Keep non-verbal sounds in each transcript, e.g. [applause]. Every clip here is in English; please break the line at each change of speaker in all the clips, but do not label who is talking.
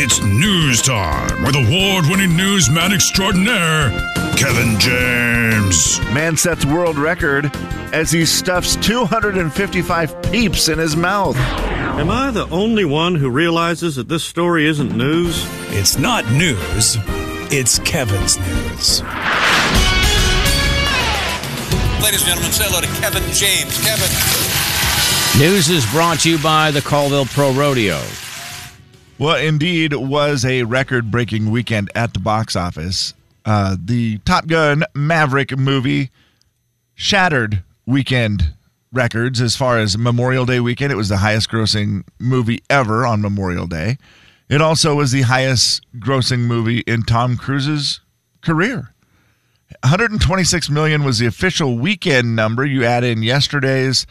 It's news time with award winning newsman extraordinaire, Kevin James.
Man sets world record as he stuffs 255 peeps in his mouth.
Am I the only one who realizes that this story isn't news?
It's not news, it's Kevin's news.
Ladies and gentlemen, say hello to Kevin James. Kevin.
News is brought to you by the Colville Pro Rodeo.
Well, indeed, was a record breaking weekend at the box office. Uh, the Top Gun Maverick movie shattered weekend records as far as Memorial Day weekend. It was the highest grossing movie ever on Memorial Day. It also was the highest grossing movie in Tom Cruise's career. 126 million was the official weekend number. You add in yesterday's,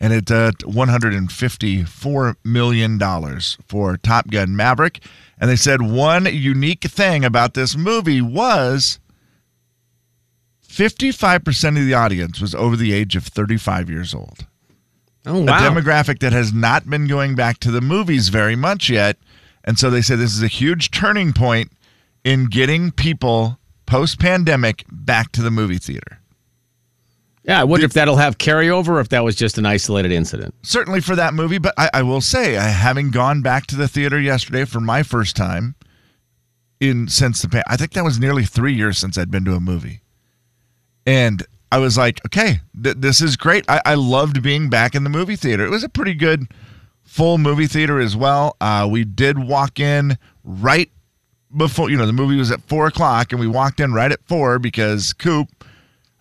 and uh, it's at 154 million dollars for Top Gun Maverick. And they said one unique thing about this movie was 55% of the audience was over the age of 35 years old.
Oh,
A demographic that has not been going back to the movies very much yet. And so they said this is a huge turning point in getting people post pandemic back to the movie theater.
yeah, I wonder if that'll have carryover or if that was just an isolated incident.
certainly for that movie, but I, I will say, I, having gone back to the theater yesterday for my first time in since the pan, I think that was nearly three years since I'd been to a movie, and I was like, okay, th- this is great. I, I loved being back in the movie theater. It was a pretty good full movie theater as well. Uh, we did walk in right before you know the movie was at four o'clock, and we walked in right at four because Coop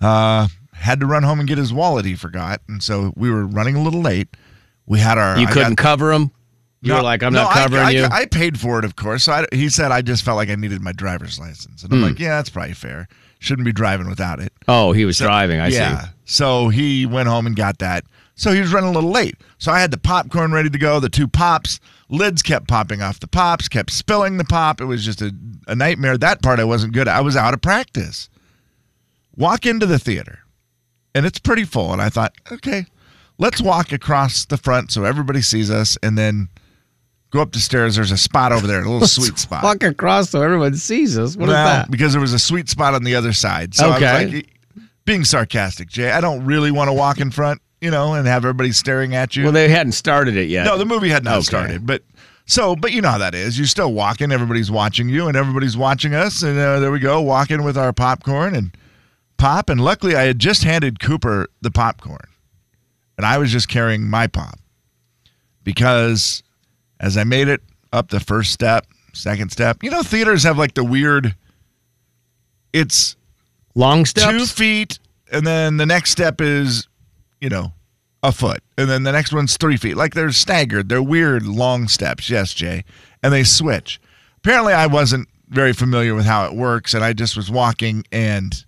uh, had to run home and get his wallet he forgot, and so we were running a little late. We had our
You
I
couldn't
got-
cover them. You were
No,
like, I'm
no,
not
I-
covering
I,
you.
I paid for it, of course. So I, he said I just felt like I needed my driver's license,
Hmm.
and I'm like, yeah, that's probably fair. Shouldn't be driving without it.
oh, he was driving. I
yeah.
see.
So he went home and got that. So he was running a little late. So I had the popcorn ready to go, the two pops. Lids kept popping off the pops, kept spilling the pop. It was just a, a nightmare. That part I wasn't good at. I was out of practice. Walk into the theater, and it's pretty full. And I thought, okay, let's walk across the front so everybody sees us and then go up the stairs. There's a spot over there, a little sweet spot.
Walk across so everyone sees us. What is
Well,
that?
Because there was a sweet spot on the other side. So I was
Okay.
like, being sarcastic, Jay, I don't really want to walk in front, you know, and have everybody staring at you.
Well, they hadn't started it yet.
no, the movie had not
Okay.
started, but so, but you know how that is. You're still walking, everybody's watching you, and everybody's watching us, and uh, there we go, walking with our popcorn and pop. And luckily, I had just handed Cooper the popcorn, and I was just carrying my pop because as I made it up the first step, second step, you know, theaters have like the weird. It's
long steps.
two feet, and then the next step is, you know, a foot, and then the next one's three feet. Like they're staggered, they're weird long steps. Yes, Jay, and they switch. Apparently, I wasn't very familiar with how it works, and I just was walking and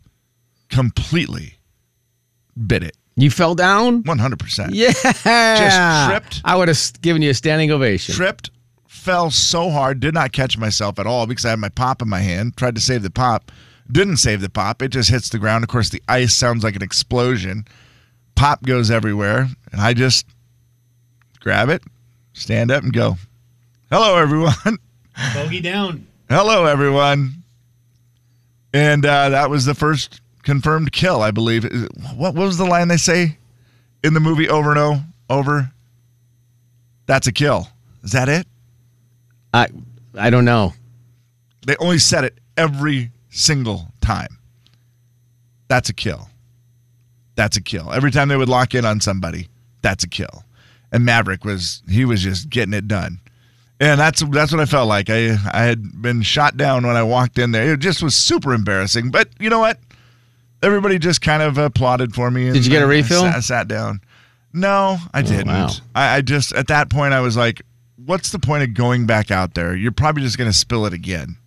completely bit it,
you fell down.
one hundred percent.
Yeah,
tripped.
I would have given you a standing ovation.
tripped, fell so hard, did not catch myself at all because I had my pop in my hand, tried to save the pop, didn't save the pop. It just hits the ground. Of course, the ice sounds like an explosion. Pop goes everywhere, and I just grab it, stand up, and go, Hello, everyone. [laughs]
Bogey down.
Hello, everyone. And uh, that was the first confirmed kill, I believe. Is it- What, what was the line they say in the movie over and o- over? That's a kill. Is that it?
I, I don't know.
They only said it every single time. That's a kill. That's a kill. Every time they would lock in on somebody, that's a kill. And Maverick was he was just getting it done. And that's that's what I felt like. I I had been shot down when I walked in there. It just was super embarrassing. But you know what? Everybody just kind of applauded for me. and
Did you get a
I- I
refill? Oh,
sat- I sat down. No, I didn't.
wow.
I, I just at that point I was like, "What's the point of going back out there? You're probably just going to spill it again."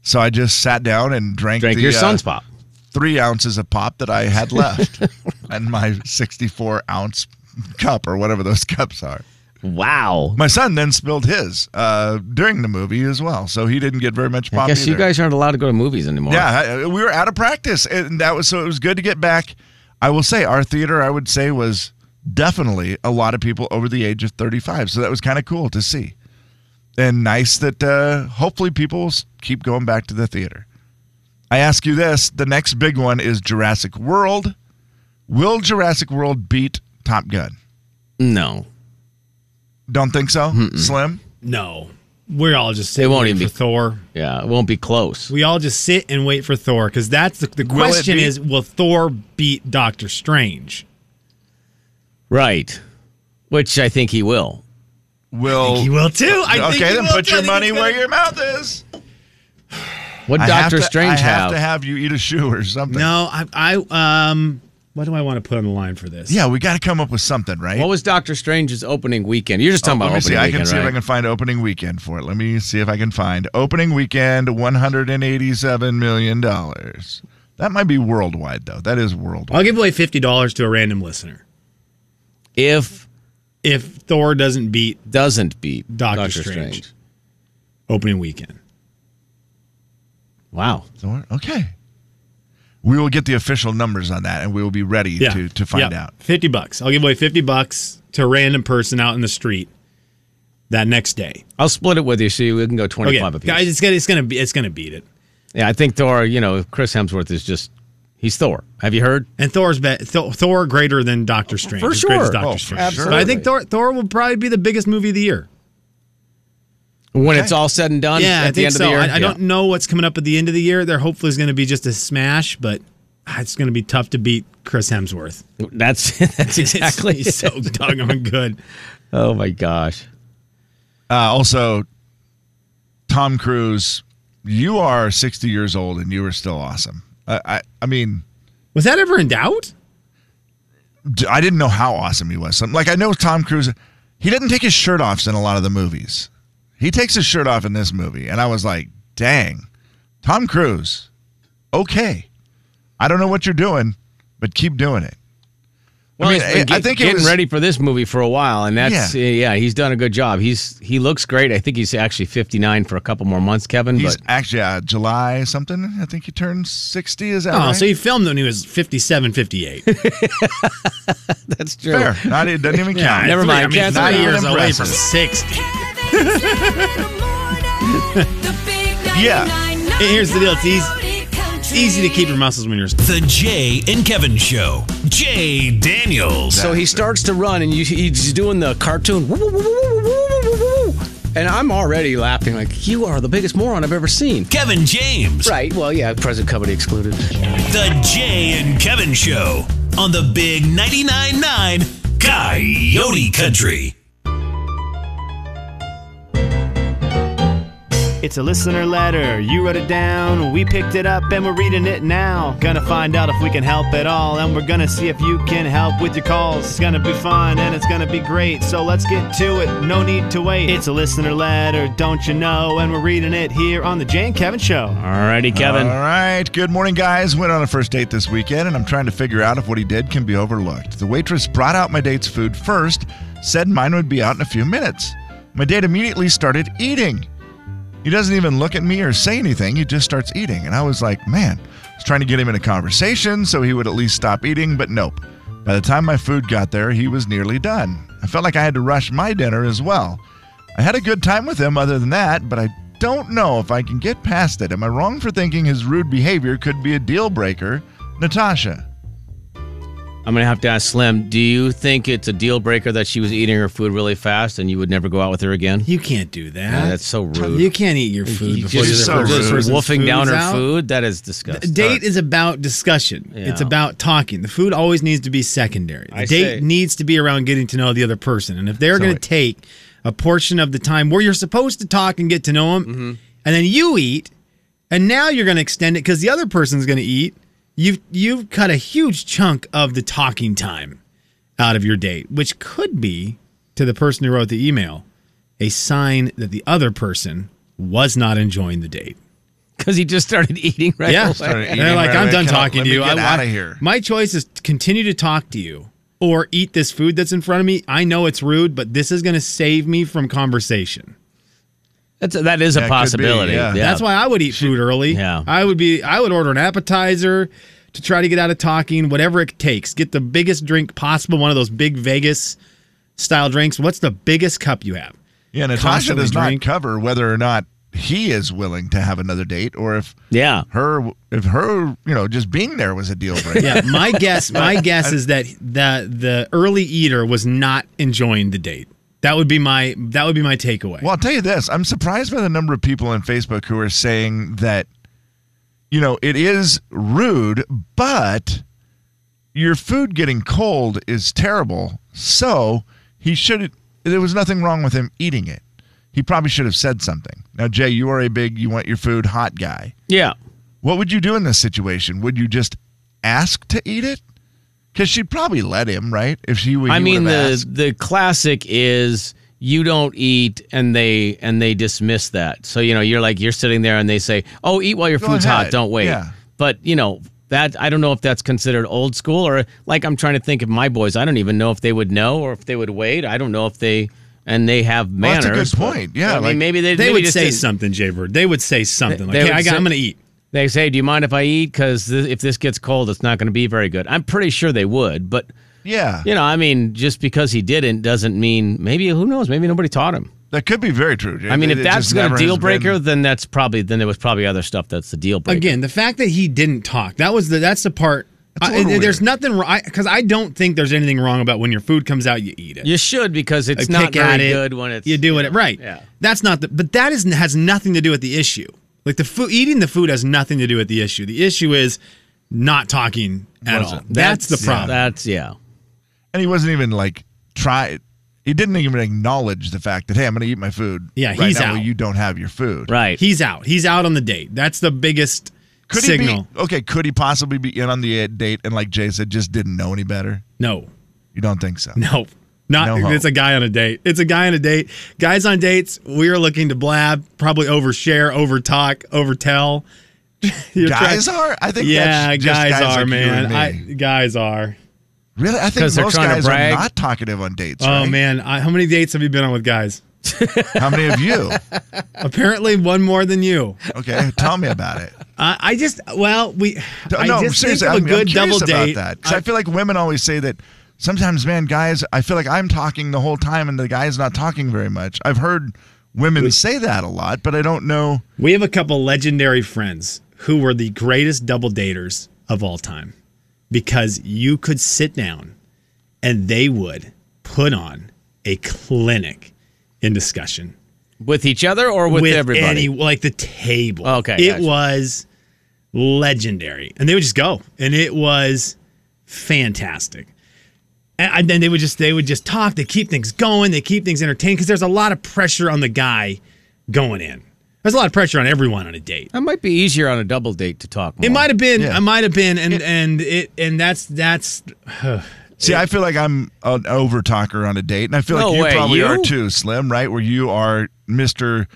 So I just sat down and drank,
Drank
the,
your
uh,
son's pop.
three ounces of pop that
[laughs]
I had left, and my 64 ounce cup or whatever those [laughs] cups are.
Wow.
My son then spilled his uh, during the movie as well, so he didn't get very much pop.
I guess you
either.
guys aren't allowed to go to movies anymore.
Yeah, I- uh, we were out of practice, and that was so it was good to get back. I will say, our theater, I would say, was definitely a lot of people over the age of 35, so that was kind of cool to see. and nice that uh, hopefully people s- keep going back to the theater. I ask you this: the next big one is Jurassic World. Will Jurassic World beat Top Gun?
No.
Don't think so. Slim.
No, we're all just sitting
They won't
waiting
even
for Thor.
Yeah, it won't be close.
We all just sit and wait for Thor because that's the, the
it
question
be-
is: Will Thor beat Doctor Strange?
Right. Which I think he will.
Will.
He will too. I think
okay,
he
then
will,
put
too. I
your
think
money
he's
where
gonna-
your mouth is.
What
I have
Doctor
to-
Strange
I have,
have?
to have you eat a shoe or something.
No, I, I um, what do I want to put on the line for this?
Yeah, we got to come up with something, right?
What was Doctor Strange's opening weekend? You're just talking
Oh, Let
about
me see.
opening
I can
weekend,
see if
right?
I can find opening weekend for it. Let me see if I can find opening weekend one hundred and eighty-seven million dollars. That might be worldwide though. That is worldwide.
I'll give away fifty dollars to a random listener
If
if Thor doesn't beat
doesn't beat
Doctor
Doctor,
Strange.
Strange.
opening weekend.
Wow.
So we're- Okay. We will get the official numbers on that, and we will be ready
Yeah,
to to find
Yeah.
out.
Fifty bucks. I'll give away fifty bucks to a random person out in the street that next day.
I'll split it with you so we can go 25 apiece.
guys, it's gonna it's gonna be it's gonna beat it.
Yeah, I think Thor, you know, Chris Hemsworth is just, he's Thor. Have you heard?
And Thor's be- Thor, Thor greater than Doctor Strange.
for
as great as
sure.
Doctor
Oh, for
Strange.
sure.
But I think Thor, Thor will probably be the biggest movie of the year.
When it's all said and done
yeah,
at
I
the
think
end
so.
of the year?
I, I don't know what's coming up at the end of the year. There hopefully is going to be just a smash, but ah, it's going to be tough to beat Chris Hemsworth. [laughs]
Yeah. That's, [laughs] that's exactly
He's so
it.
doggone good.
Oh, my gosh.
Uh, also, Tom Cruise, you are sixty years old, and you are still awesome. I I, I mean.
Was that ever in doubt?
d- I didn't know how awesome he was. Some- Like I know Tom Cruise, he doesn't take his shirt off in a lot of the movies. He takes his shirt off in this movie, and I was like, "Dang, Tom Cruise, okay." I don't know what you're doing, but keep doing it.
Well,
mean,
he's been
I- I
get-
think it
getting
was-
ready for this movie for a while, and that's eh,
Yeah.
yeah. he's done a good job. He's he looks great. I think he's actually 59 for a couple more months, Kevin.
He's
but
actually uh, July something. I think he turned sixty. Is that
Oh,
right?
so he filmed when he was
[laughs]
57, 58.
that's true.
fair. Not it doesn't even count.
Never mind.
I mean,
Cancel
three
it.
years away
Impressive.
from 60. [laughs]
Yeah.
Hey, here's the deal. It's It's
easy,
easy to keep your muscles when you're.
The Jay and Kevin Show. Jay Daniels.
So he starts to run, and you, he's doing the cartoon. "Woo, woo, woo, woo, woo, woo, woo, woo, woo." And I'm already laughing, like, you are the biggest moron I've ever seen.
Kevin James.
Right. Well, yeah, present company excluded.
The Jay and Kevin Show on the Big 99.9 9 Coyote Country.
It's a listener letter. You wrote it down. We picked it up and we're reading it now. Gonna find out if we can help at all. And we're gonna see if you can help with your calls. It's gonna be fun and it's gonna be great. So let's get to it. No need to wait. It's a listener letter, don't you know? And we're reading it here on The Jane Kevin Show.
All righty, Kevin.
Uh,
All right. Good morning, guys. Went on a first date this weekend, and I'm trying to figure out if what he did can be overlooked. The waitress brought out my date's food first, said mine would be out in a few minutes. My date immediately started eating. He doesn't even look at me or say anything. He just starts eating. And I was like, man, I was trying to get him in a conversation so he would at least stop eating, but nope. By the time my food got there, he was nearly done. I felt like I had to rush my dinner as well. I had a good time with him other than that, but I don't know if I can get past it. Am I wrong for thinking his rude behavior could be a deal breaker? Natasha.
I'm gonna have to ask Slim. Do you think it's a deal breaker that she was eating her food really fast, and you would never go out with her again?
You can't do that.
Yeah, that's so rude.
You can't eat your food
You
before
just
the
so
other
rude.
person's
wolfing
food
down
is
her
out.
food. That is
A
disgusting.
date is about discussion. It's
Yeah.
about talking. The food always needs to be secondary. The
I
date
say-
needs to be around getting to know the other person. And if they're going to take a portion of the time where you're supposed to talk and get to know them,
Mm-hmm.
and then you eat, and now you're going to extend it because the other person's going to eat, you've you've cut a huge chunk of the talking time out of your date, which could be to the person who wrote the email a sign that the other person was not enjoying the date.
because he just started eating right
Yeah.
away.
Started eating
They're like,
right
I'm
away.
done
Can I-
talking
let
to
me
you.
get
I-
outta
I-
here."
My choice is to continue to talk to you or eat this food that's in front of me. I know it's rude, but this is going to save me from conversation.
That's a, that is
Yeah,
a
it could be,
possibility.
yeah.
That's why I would eat food early.
Yeah.
I would be I would order an appetizer to try to get out of talking, whatever it takes. Get the biggest drink possible, one of those big Vegas style drinks. What's the biggest cup you have?
Yeah, Natasha
constantly
does not
drink.
cover whether or not he is willing to have another date or if
Yeah.
her if her you know just being there was a deal breaker.
Yeah, my guess, my guess is that the the early eater was not enjoying the date. That would be my that would be my takeaway.
Well, I'll tell you this: I'm surprised by the number of people on Facebook who are saying that, you know, it is rude, but your food getting cold is terrible. So he should. There was nothing wrong with him eating it. He probably should have said something. Now, Jay, you are a big you want your food hot guy.
Yeah.
What would you do in this situation? Would you just ask to eat it? Because she'd probably let him, right? If she, would,
I mean the the classic is you don't eat and they and they dismiss that. So you know, you're like you're sitting there and they say, "Oh, eat while your
Go
food's
ahead.
hot, don't wait."
Yeah.
But, you know, that I don't know if that's considered old school or like I'm trying to think of my boys. I don't even know if they would know or if they would wait. I don't know if they and they have
Well,
manners.
that's a good
but-
point. Yeah,
I mean,
like-
maybe they,
they
maybe
would
just
say
didn't-
something, Jaybird. They would say something like,
they
"Hey,
would
I got,
say-
I'm going to eat."
They say, "Do you mind if I eat? Because if this gets cold, it's not going to be very good." I'm pretty sure they would, but
yeah,
you know, I mean, just because he didn't doesn't mean maybe who knows? Maybe nobody taught him.
that could be very true. Jay.
I mean,
It-
if
it just
that's a
never
deal
has been-
breaker, then that's probably then there was probably other stuff that's the deal breaker.
Again, the fact that he didn't talk that was the that's the part.
That's a
I-
little
there's
weird.
nothing wrong because I don't think there's anything wrong about when your food comes out, you eat it.
you should because it's
Like,
not
pick at
very
it,
good when it's
you do it right.
Yeah.
That's not the but that is has nothing to do with the issue. Like the food eating the food has nothing to do with the issue. The issue is not talking at all. That's, the problem.
That's yeah.
and he wasn't even like try. He didn't even acknowledge the fact that hey, I'm going to eat my food.
Yeah,
right
he's
now,
out.
Well, you don't have your food.
Right.
He's out. He's out on the date. That's the biggest
Could
signal.
he be okay? Could he possibly be in on the uh, date and like Jay said, just didn't know any better?
No.
You don't think so?
[laughs] No. Not
No hope.
it's a guy on a date. It's a guy on a date. Guys on dates, we are looking to blab, probably overshare, overtalk, overtell. [laughs] You're
guys
trying-
are. I think
Yeah,
that's just
guys, are,
like you and
man.
me.
I, guys are.
really, I think
'Cause they're
most
trying to
guys are
brag.
not talkative on dates.
Oh
right?
man, I, how many dates have you been on with guys?
how many of you?
[laughs] Apparently, one more than you.
Okay, tell me about it.
I I just, well, we. I
no,
just
seriously,
think
I'm,
of a
I'm
good
curious
double date.
about that 'Cause I, feel like women always say that. Sometimes, man, guys, I feel like I'm talking the whole time and the guy's not talking very much. I've heard women say that a lot, but I don't know.
We have a couple legendary friends who were the greatest double daters of all time because you could sit down and they would put on a clinic in discussion
With each other or with, everybody.
any like the table.
Okay,
it
gotcha.
was legendary, and they would just go, and it was fantastic. And, and then they would just they would just talk. They keep things going. They keep things entertained because there's a lot of pressure on the guy going in. There's a lot of pressure on everyone on a date.
that might be easier on a double date to talk. More.
It might have been.
Yeah.
It might have been. And and it and that's that's.
See, I feel like I'm an over talker on a date, and I feel
No
like you
way,
probably
you?
are too, Slim, right? Where you are Mr.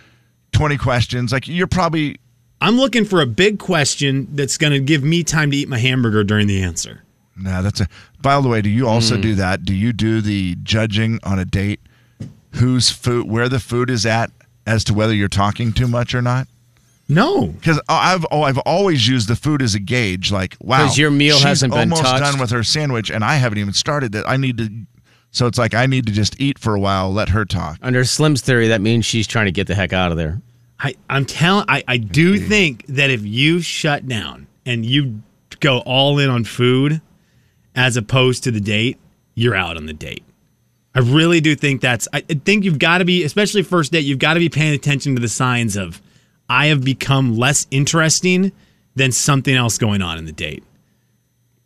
20 questions. Like, you're probably,
I'm looking for a big question that's going to give me time to eat my hamburger during the answer.
nah, that's a, by the way, do you
Hmm.
also do that? Do you do the judging on a date, whose food, where the food is at, as to whether you're talking too much or not?
No,
Because I've oh, I've always used the food as a gauge. Like wow,
'Cause your meal
she's
hasn't been
almost
touched.
done with her sandwich, and I haven't even started that. I need to, so it's like I need to just eat for a while, let her talk.
Under Slim's theory, that means she's trying to get the heck out of there.
I, I'm telling. I, I do think that if you shut down and you go all in on food, as opposed to the date, you're out on the date. I really do think that's. I I think you've got to be, especially first date, you've got to be paying attention to the signs of, I have become less interesting than something else going on in the date.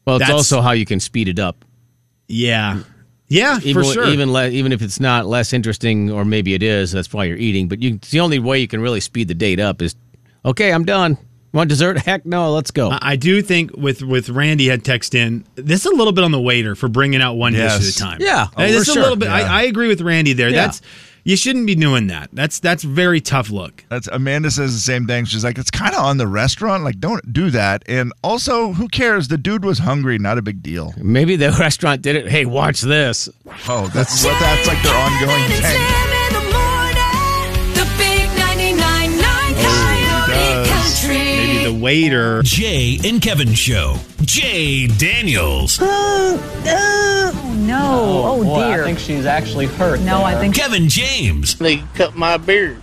Well, it's
That's-
also how you can speed it up.
Yeah, yeah,
even,
for sure.
Even le- even if it's not less interesting, or maybe it is. That's why you're eating. But you, it's the only way you can really speed the date up is, okay, I'm done. Want dessert? [laughs] Heck no, let's go.
I I do think with with Randy had text in this is a little bit on the waiter for bringing out one dish
Yes.
at a time.
Yeah. Oh,
Uh,
for
this is
sure.
a little bit.
Yeah.
I, I agree with Randy there.
Yeah.
That's you shouldn't be doing that. That's that's very tough look.
That's Amanda says the same thing. She's like, it's kind of on the restaurant. Like, don't do that. And also, who cares? The dude was hungry. Not a big deal.
maybe the [laughs] restaurant did it. Hey, watch this.
Oh, that's what that's like their ongoing thing.
Oh, Maybe the waiter.
Jay and Kevin Show. Jay Daniels.
Uh, Oh, oh, no. Oh, dear.
she's actually hurt.
no, I think
Kevin James.
They cut my beard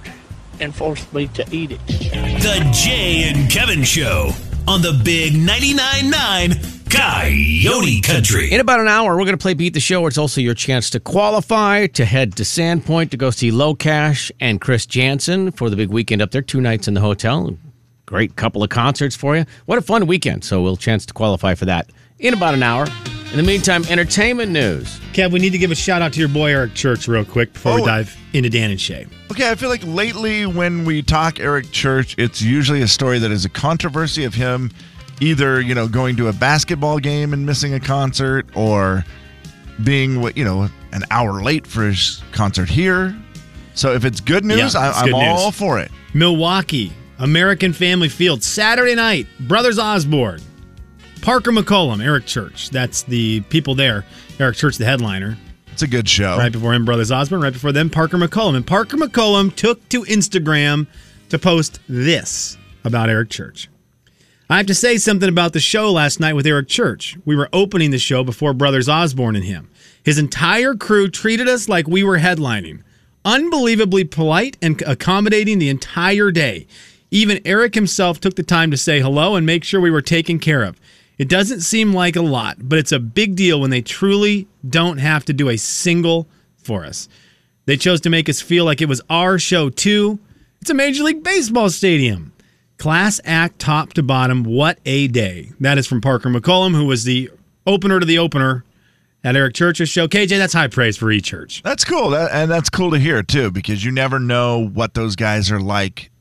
and forced me to eat it.
The Jay and Kevin Show on the Big 99.9 9 Coyote Country.
In about an hour, we're going to play Beat the Show. It's also your chance to qualify to head to Sandpoint to go see Low Cash and Chris Jansen for the big weekend up there. Two nights in the hotel. Great couple of concerts for you. What a fun weekend. So we'll chance to qualify for that in about an hour. In the meantime, entertainment news.
Kev, we need to give a shout out to your boy Eric Church real quick before we
Oh.
dive into Dan and Shay.
Okay, I feel like lately when we talk Eric Church, it's usually a story that is a controversy of him either, you know, going to a basketball game and missing a concert or being, what you know, an hour late for his concert here. So if it's good news,
Yeah,
I,
it's
I'm
good news.
all for it.
Milwaukee, American Family Field, Saturday night, Brothers Osborne, Parker McCollum, Eric Church. That's the people there. Eric Church, the headliner.
It's a good show.
Right before him, Brothers Osborne. Right before them, Parker McCollum. And Parker McCollum took to Instagram to post this about Eric Church. I have to say something about the show last night with Eric Church. We were opening the show before Brothers Osborne and him. His entire crew treated us like we were headlining. Unbelievably polite and accommodating the entire day. Even Eric himself took the time to say hello and make sure we were taken care of. It doesn't seem like a lot, but it's a big deal when they truly don't have to do a single for us. They chose to make us feel like it was our show, too. It's a Major League Baseball stadium. Class act top to bottom. What a day. That is from Parker McCollum, who was the opener to the opener at Eric Church's show. KJ, that's high praise for E Church.
That's cool. That, and that's cool to hear too, because you never know what those guys are like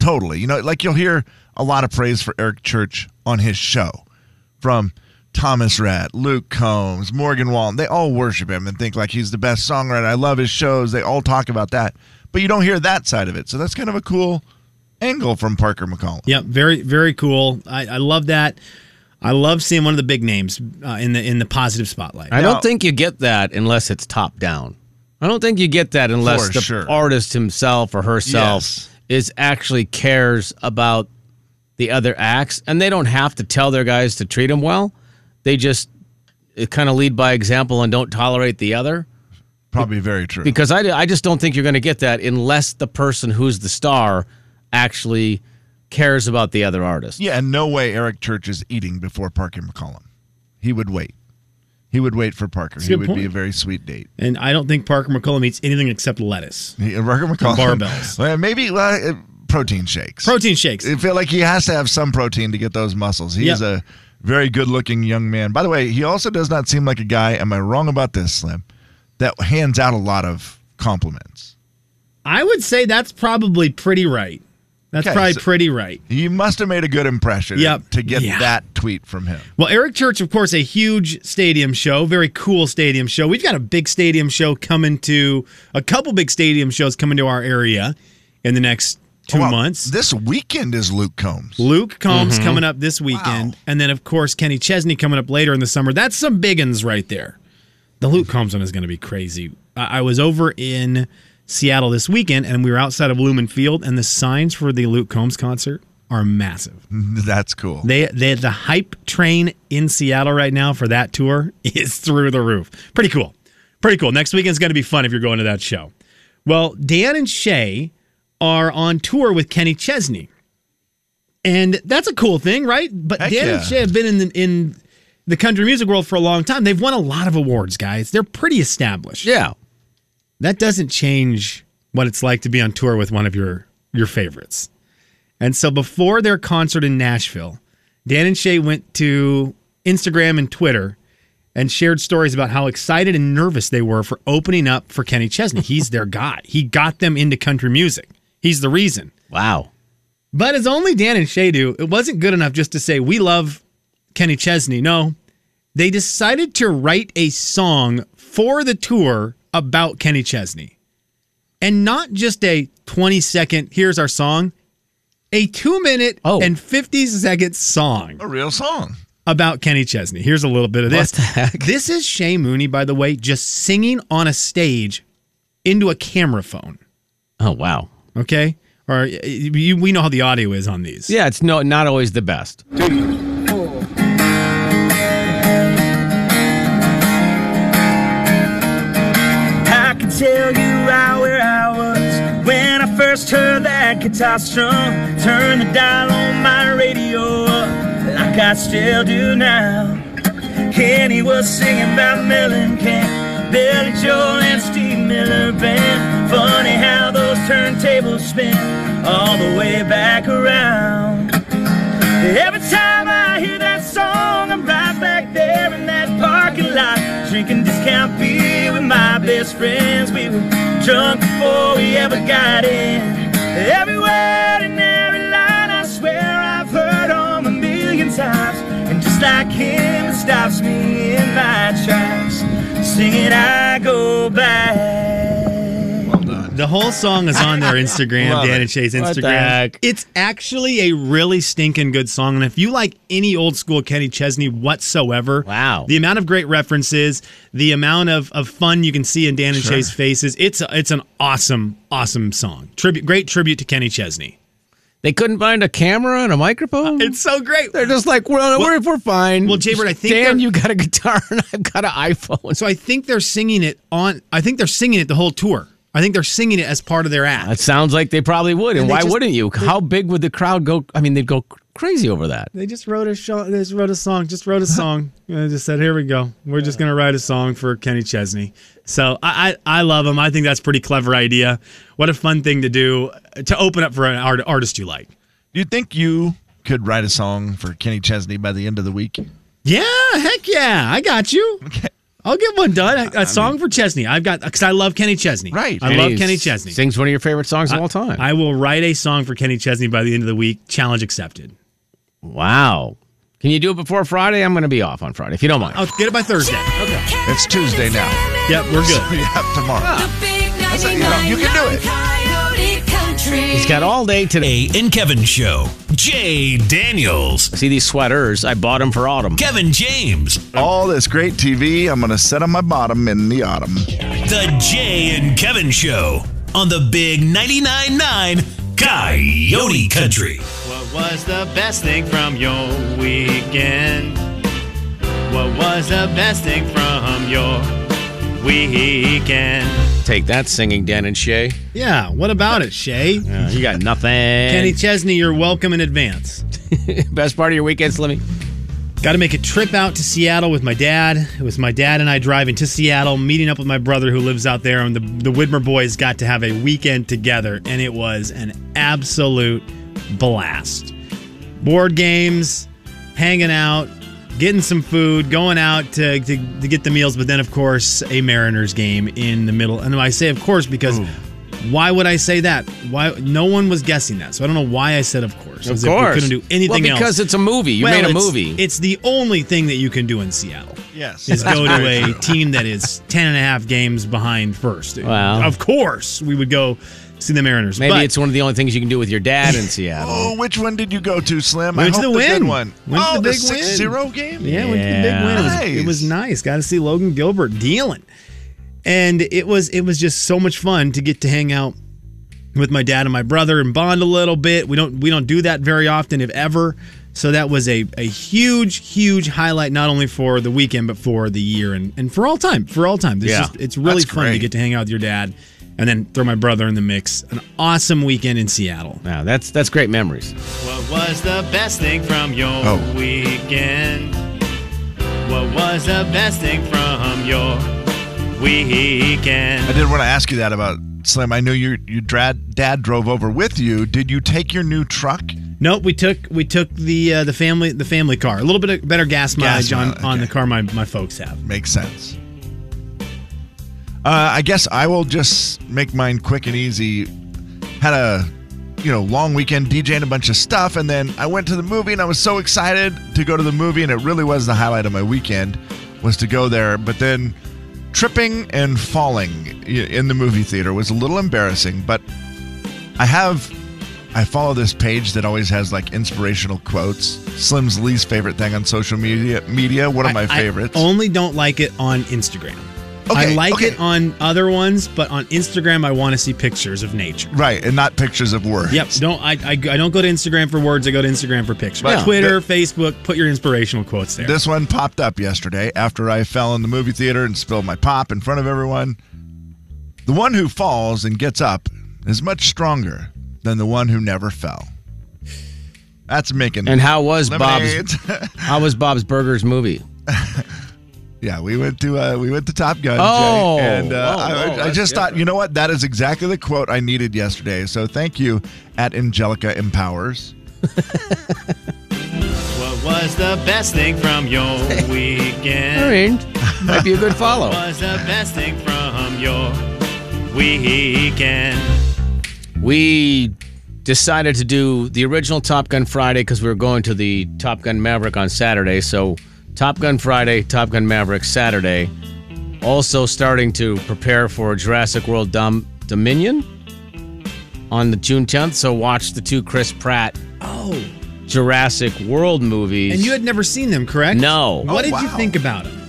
totally. You know, like you'll hear a lot of praise for Eric Church on his show from Thomas Rhett, Luke Combs, Morgan Wallen. They all worship him and think like he's the best songwriter. I love his shows. They all talk about that. But you don't hear that side of it. So that's kind of a cool angle from Parker McCollum.
Yeah, very, very cool. I, I love that. I love seeing one of the big names uh, in the in the positive spotlight.
I
Now-
don't think you get that unless it's top down. I don't think you get that unless
For
the
sure.
artist himself or herself
Yes.
is actually cares about the other acts, and they don't have to tell their guys to treat them well. They just kind of lead by example and don't tolerate the other.
Probably very true.
Because I, I just don't think you're going to get that unless the person who's the star actually cares about the other artist.
Yeah, and no way Eric Church is eating before Parker McCollum. He would wait. He would wait for Parker.
a
He
good
would be
point.
a very sweet date.
And I don't think Parker McCollum eats anything except lettuce.
He, uh, Parker McCollum. [laughs]
barbells.
Well, maybe well, uh, protein shakes.
Protein shakes.
I feel like he has to have some protein to get those muscles. He's
Yep.
a very good looking young man. By the way, he also does not seem like a guy, am I wrong about this, Slim, that hands out a lot of compliments.
I would say that's probably pretty right. That's
Okay,
probably
so-
pretty right.
You must have made a good impression
Yep.
to get
Yeah.
that tweet from him.
Well, Eric Church, of course, a huge stadium show, very cool stadium show. We've got a big stadium show coming to a couple big stadium shows coming to our area in the next two
Two
months.
This weekend is Luke Combs.
Luke Combs coming up this weekend, and then of course Kenny Chesney coming up later in the summer. That's some big uns right there. The Luke Combs one is going to be crazy. I-, I was over in Seattle this weekend, and we were outside of Lumen Field, and the signs for the Luke Combs concert are massive.
[laughs] That's cool.
They, they the hype train in Seattle right now for that tour [laughs] is through the roof. Pretty cool. Pretty cool. Next weekend's going to be fun if you're going to that show. Well, Dan and Shay are on tour with Kenny Chesney. And that's a cool thing, right? But
Heck
Dan and
yeah.
Shay have been in the, in the country music world for a long time. They've won a lot of awards, guys. They're pretty established.
Yeah.
That doesn't change what it's like to be on tour with one of your your favorites. And so before their concert in Nashville, Dan and Shay went to Instagram and Twitter and shared stories about how excited and nervous they were for opening up for Kenny Chesney. He's their guy. He got them into country music. He's the reason.
Wow.
But as only Dan and Shay do, it wasn't good enough just to say, we love Kenny Chesney. No, they decided to write a song for the tour about Kenny Chesney. And not just a 20 second, here's our song, a two minute
Oh.
and 50 second song
a real song.
about Kenny Chesney. Here's a little bit of this.
What the heck?
[laughs] This is Shay Mooney, by the way, just singing on a stage into a camera phone.
Oh, wow.
Okay? Or uh, you, we know how the audio is on these.
Yeah, it's no, not always the best.
tell you how where I was when I first heard that guitar strum. Turn the dial on my radio up like I still do now. Kenny was singing about Mellencamp, Billy Joel and Steve Miller Band. Funny how those turntables spin all the way back around. Every time I hear that song, I'm right back there in that parking lot, drinking discount beer with my best friends. We were drunk before we ever got in. Every word and every line, I swear I've heard on a million times. And just like him, it stops me in my tracks. Singing, I go back.
The whole song is on their Instagram,
Love
Dan
it.
and Shay's
What the
Instagram. It's actually a really stinking good song. And if you like any old school Kenny Chesney whatsoever, wow. The amount of great references, the amount of, of fun you can see in Dan and
Sure.
Shay's faces, it's a, it's an awesome, awesome song. Tribute great tribute to Kenny Chesney.
They couldn't find a camera and a microphone.
It's so great.
They're just like, we're, we're, we're fine.
Well, Jaybird, I think
Dan,
they're-
you got a [laughs] guitar and I've got an iPhone.
So I think they're singing it on I think they're singing it the whole tour. I think they're singing it as part of their act.
That sounds like they probably would. And
They
why
just-
wouldn't you? How big would the crowd go? I mean, they'd go crazy over that.
They just wrote a show, they just wrote a song. Just wrote a [laughs] song. And I just said, "Here we go. We're just gonna write a song for Kenny Chesney." So I, I I love him. I think that's a pretty clever idea. What a fun thing to do uh, to open up for an art, artist you like.
Do you think you could write a song for Kenny Chesney by the end of the week?
Yeah, heck yeah, I got you. I'll get one done. A a song for Chesney. I've got because I love Kenny Chesney. Right. I
And
love
he
Kenny Chesney.
Sings one of your favorite songs of all time.
I will write a song for Kenny Chesney by the end of the week. Challenge accepted.
Wow. Can you do it before Friday? I'm going to be off on Friday, if you don't mind.
I'll get it by Thursday. Okay.
It's Tuesday now.
Yep, we're good.
yeah, tomorrow.
you, know, you can do it.
He's got all day today
in Kevin Show. Jay Daniels.
See these sweaters? I bought them for autumn.
Kevin James.
All this great TV, I'm going to set on my bottom in the autumn.
The Jay and Kevin Show on the Big 99.9 Coyote Country.
What was the best thing from your weekend? What was the best thing from your weekend?
Take that singing, Dan and Shay.
Yeah. What about it, Shay?
Uh, you got nothing. [laughs]
Kenny Chesney, you're welcome in advance.
Best part of your weekend, Slimmy.
Got to make a trip out to Seattle with my dad. It was my dad and I driving to Seattle, meeting up with my brother who lives out there, and the, the Widmer boys got to have a weekend together, and it was an absolute blast. Board games, hanging out, getting some food, going out to, to, to get the meals, but then, of course, a Mariners game in the middle. And I say, of course, because why would I say that? Why No one was guessing that, so I don't know why I said, of course.
Of
as if we
course.
couldn't do anything
Well,
else.
because it's a movie. You made a
it's-
movie.
It's the only thing that you can do in
[laughs]
Seattle.
Yes.
Is
That's
go to
very
a
true.
team that is 10 and a half games behind first.
Wow.
Of course, we would go see the Mariners.
Maybe
but
it's one of the only things you can do with your dad in Seattle.
Oh, which one did you go to, Slim?
Went
I
to
hope
the
good
win.
one.
Went to
oh,
the big win.
6-0 game?
Yeah, went to the big win. It was,
Nice.
it was nice. Got to see Logan Gilbert dealing, and it was it was just so much fun to get to hang out with my dad and my brother and bond a little bit. We don't we don't do that very often, if ever. So that was a, a huge, huge highlight, not only for the weekend, but for the year and, and for all time. For all time. This
Yeah.
is- it's really
That's
fun to
great.
get to hang out with your dad and then throw my brother in the mix. An awesome weekend in Seattle.
Wow, that's that's great memories.
What was the best thing from your
Oh.
weekend? What was the best thing from your weekend?
I did want to ask you that about Slim. I know your your dad, dad drove over with you. Did you take your new truck?
Nope, we took we took the uh, the family the family car. A little bit of better gas mileage on,
mileage,
on the car my, my folks have.
Makes sense. Uh, I guess I will just make mine quick and easy. Had a you know long weekend DJing a bunch of stuff, and then I went to the movie, and I was so excited to go to the movie, and it really was the highlight of my weekend was to go there. But then tripping and falling i- in the movie theater was a little embarrassing, but I have I follow this page that always has like inspirational quotes. Slim's least favorite thing on social media media, one of my
I
favorites.
only don't like it on Instagram. I
Okay,
like
okay.
it on other ones, but on Instagram I want to see pictures of nature.
Right, and not pictures of words.
Yep. Don't I, I, I don't go to Instagram for words. I go to Instagram for pictures.
But-
Twitter, Facebook, put your inspirational quotes there.
This one popped up yesterday after I fell in the movie theater and spilled my pop in front of everyone. The one who falls and gets up is much stronger than the one who never fell. That's making.
And how was
lemonades. [laughs]
Bob's? How was Bob's Burgers movie?
Yeah, we went to uh, we went to Top Gun. Jay,
Oh.
and uh,
Oh,
I,
oh,
I
that's
just thought,
different.
you know what? That is exactly the quote I needed yesterday. So thank you, at Angelica Empowers.
What was the best thing from
[laughs]
your weekend?
might be a good follow.
[laughs]
What was the best thing from your weekend?
We decided to do the original Top Gun Friday because we were going to the Top Gun Maverick on Saturday. So Top Gun Friday, Top Gun Maverick Saturday. Also starting to prepare for Jurassic World Dom- Dominion on the June 10th. So watch the two Chris Pratt
Oh,
Jurassic World movies.
and you had never seen them, correct?
No.
What
Oh,
did you
wow.
think about them?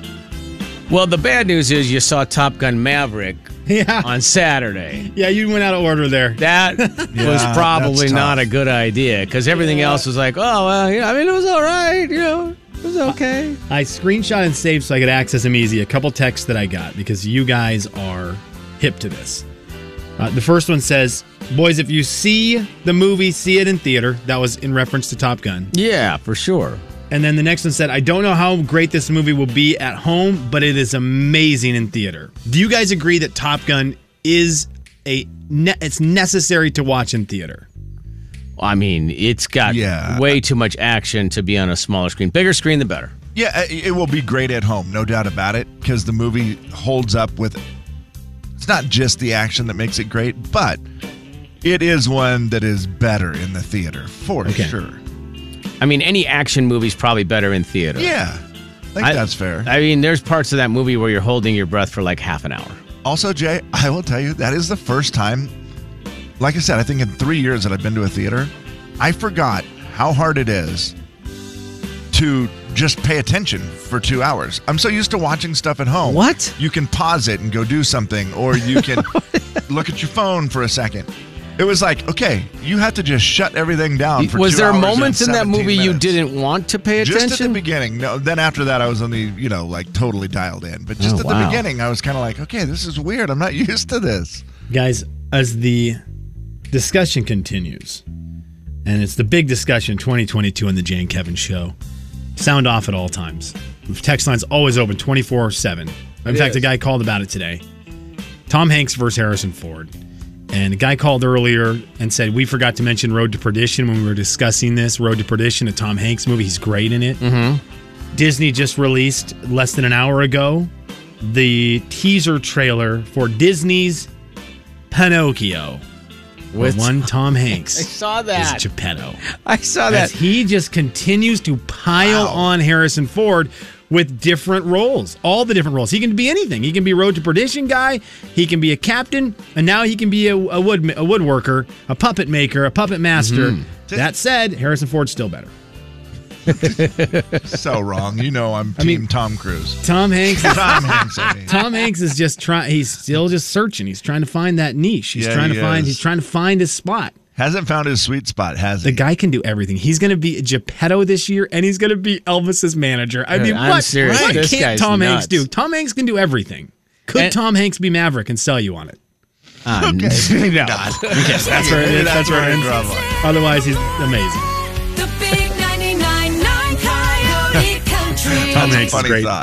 well, the bad news is you saw Top Gun
[laughs]
Maverick on Saturday.
Yeah, you went out of order there.
[laughs]
That was
Yeah,
probably
that's
not a good idea because everything else was like, oh, well, yeah, I mean, it was all right, you know, it was
Uh,
okay.
I screenshot and saved so I could access them easy. A couple texts that I got because you guys are hip to this. Uh, the first one says, "Boys, if you see the movie, see it in theater." That was in reference to Top Gun.
Yeah, for sure.
And then the next one said, "I don't know how great this movie will be at home, but it is amazing in theater." Do you guys agree that Top Gun is a ne- it's necessary to watch in theater?
I mean, it's got way too much action to be on a smaller screen. Bigger screen, the better.
Yeah, i- it will be great at home, no doubt about it, because the movie holds up with. It's not just the action that makes it great, but it is one that is better in the theater for sure.
I mean, any action movie's probably better in theater.
Yeah, I think that's fair.
I mean, there's parts of that movie where you're holding your breath for like half an hour.
Also, Jay, [laughs] I will tell you that is the first time, like I said, I think in three years that I've been to a theater, I forgot how hard it is to just pay attention for two hours. I'm so used to watching stuff at home.
What?
You can pause it and go do something, or
[laughs]
you can look at your phone for a second. It was like, okay, you have to just shut everything down Oh, for
was
two
there
hours
moments
and
in that
17
movie you
minutes.
didn't want to pay attention?
Just at the beginning. No, then after that, I was on the you know like totally dialed in. But just
Oh,
at the
wow.
beginning, I was kind of like, okay, this is weird. I'm not [laughs] used to this.
Guys, as the discussion continues, and it's the big discussion 2022 on the Jay and Kevin show, sound off at all times. Text line's always open 24 7. In
It
fact, a
is.
guy called about it today Tom Hanks versus Harrison Ford. And a guy called earlier and said, We forgot to mention Road to Perdition when we were discussing this. Road to Perdition, a Tom Hanks movie. He's great in it.
Mm-hmm.
Disney just released less than an hour ago the teaser trailer for Disney's Pinocchio with
With-
one Tom Hanks. [laughs]
I saw that.
As Geppetto.
I saw that.
As he just continues to pile on Harrison Ford with different roles, all the different roles. He can be anything. He can be Road to Perdition guy. He can be a captain, and now he can be a, a wood a woodworker, a puppet maker, a puppet master.
Mhm.
That said, Harrison Ford's still better.
so wrong. You know, I'm team Tom Cruise.
Tom Hanks. [laughs] Is,
Tom Hanks, I mean.
Tom Hanks is just trying. He's still just searching. He's trying to find that niche. He's
Yeah,
trying to
he
find.
is.
He's trying to find his spot.
Hasn't found his sweet spot, has
the guy can do everything. He's going to be Geppetto this year, and he's going to be Elvis's manager. I
Dude,
mean,
I'm
what,
serious.
what
This
can't
guy's
Tom Hanks
nuts.
do? Tom Hanks can do everything. Could Tom Hanks be Maverick and sell you on
[laughs]
it?
Uh,
no. Okay, that's where it is. That's where it ends. Otherwise, he's amazing.
The big 99.9 Coyote
[laughs]
Country.
Tom Hanks is great.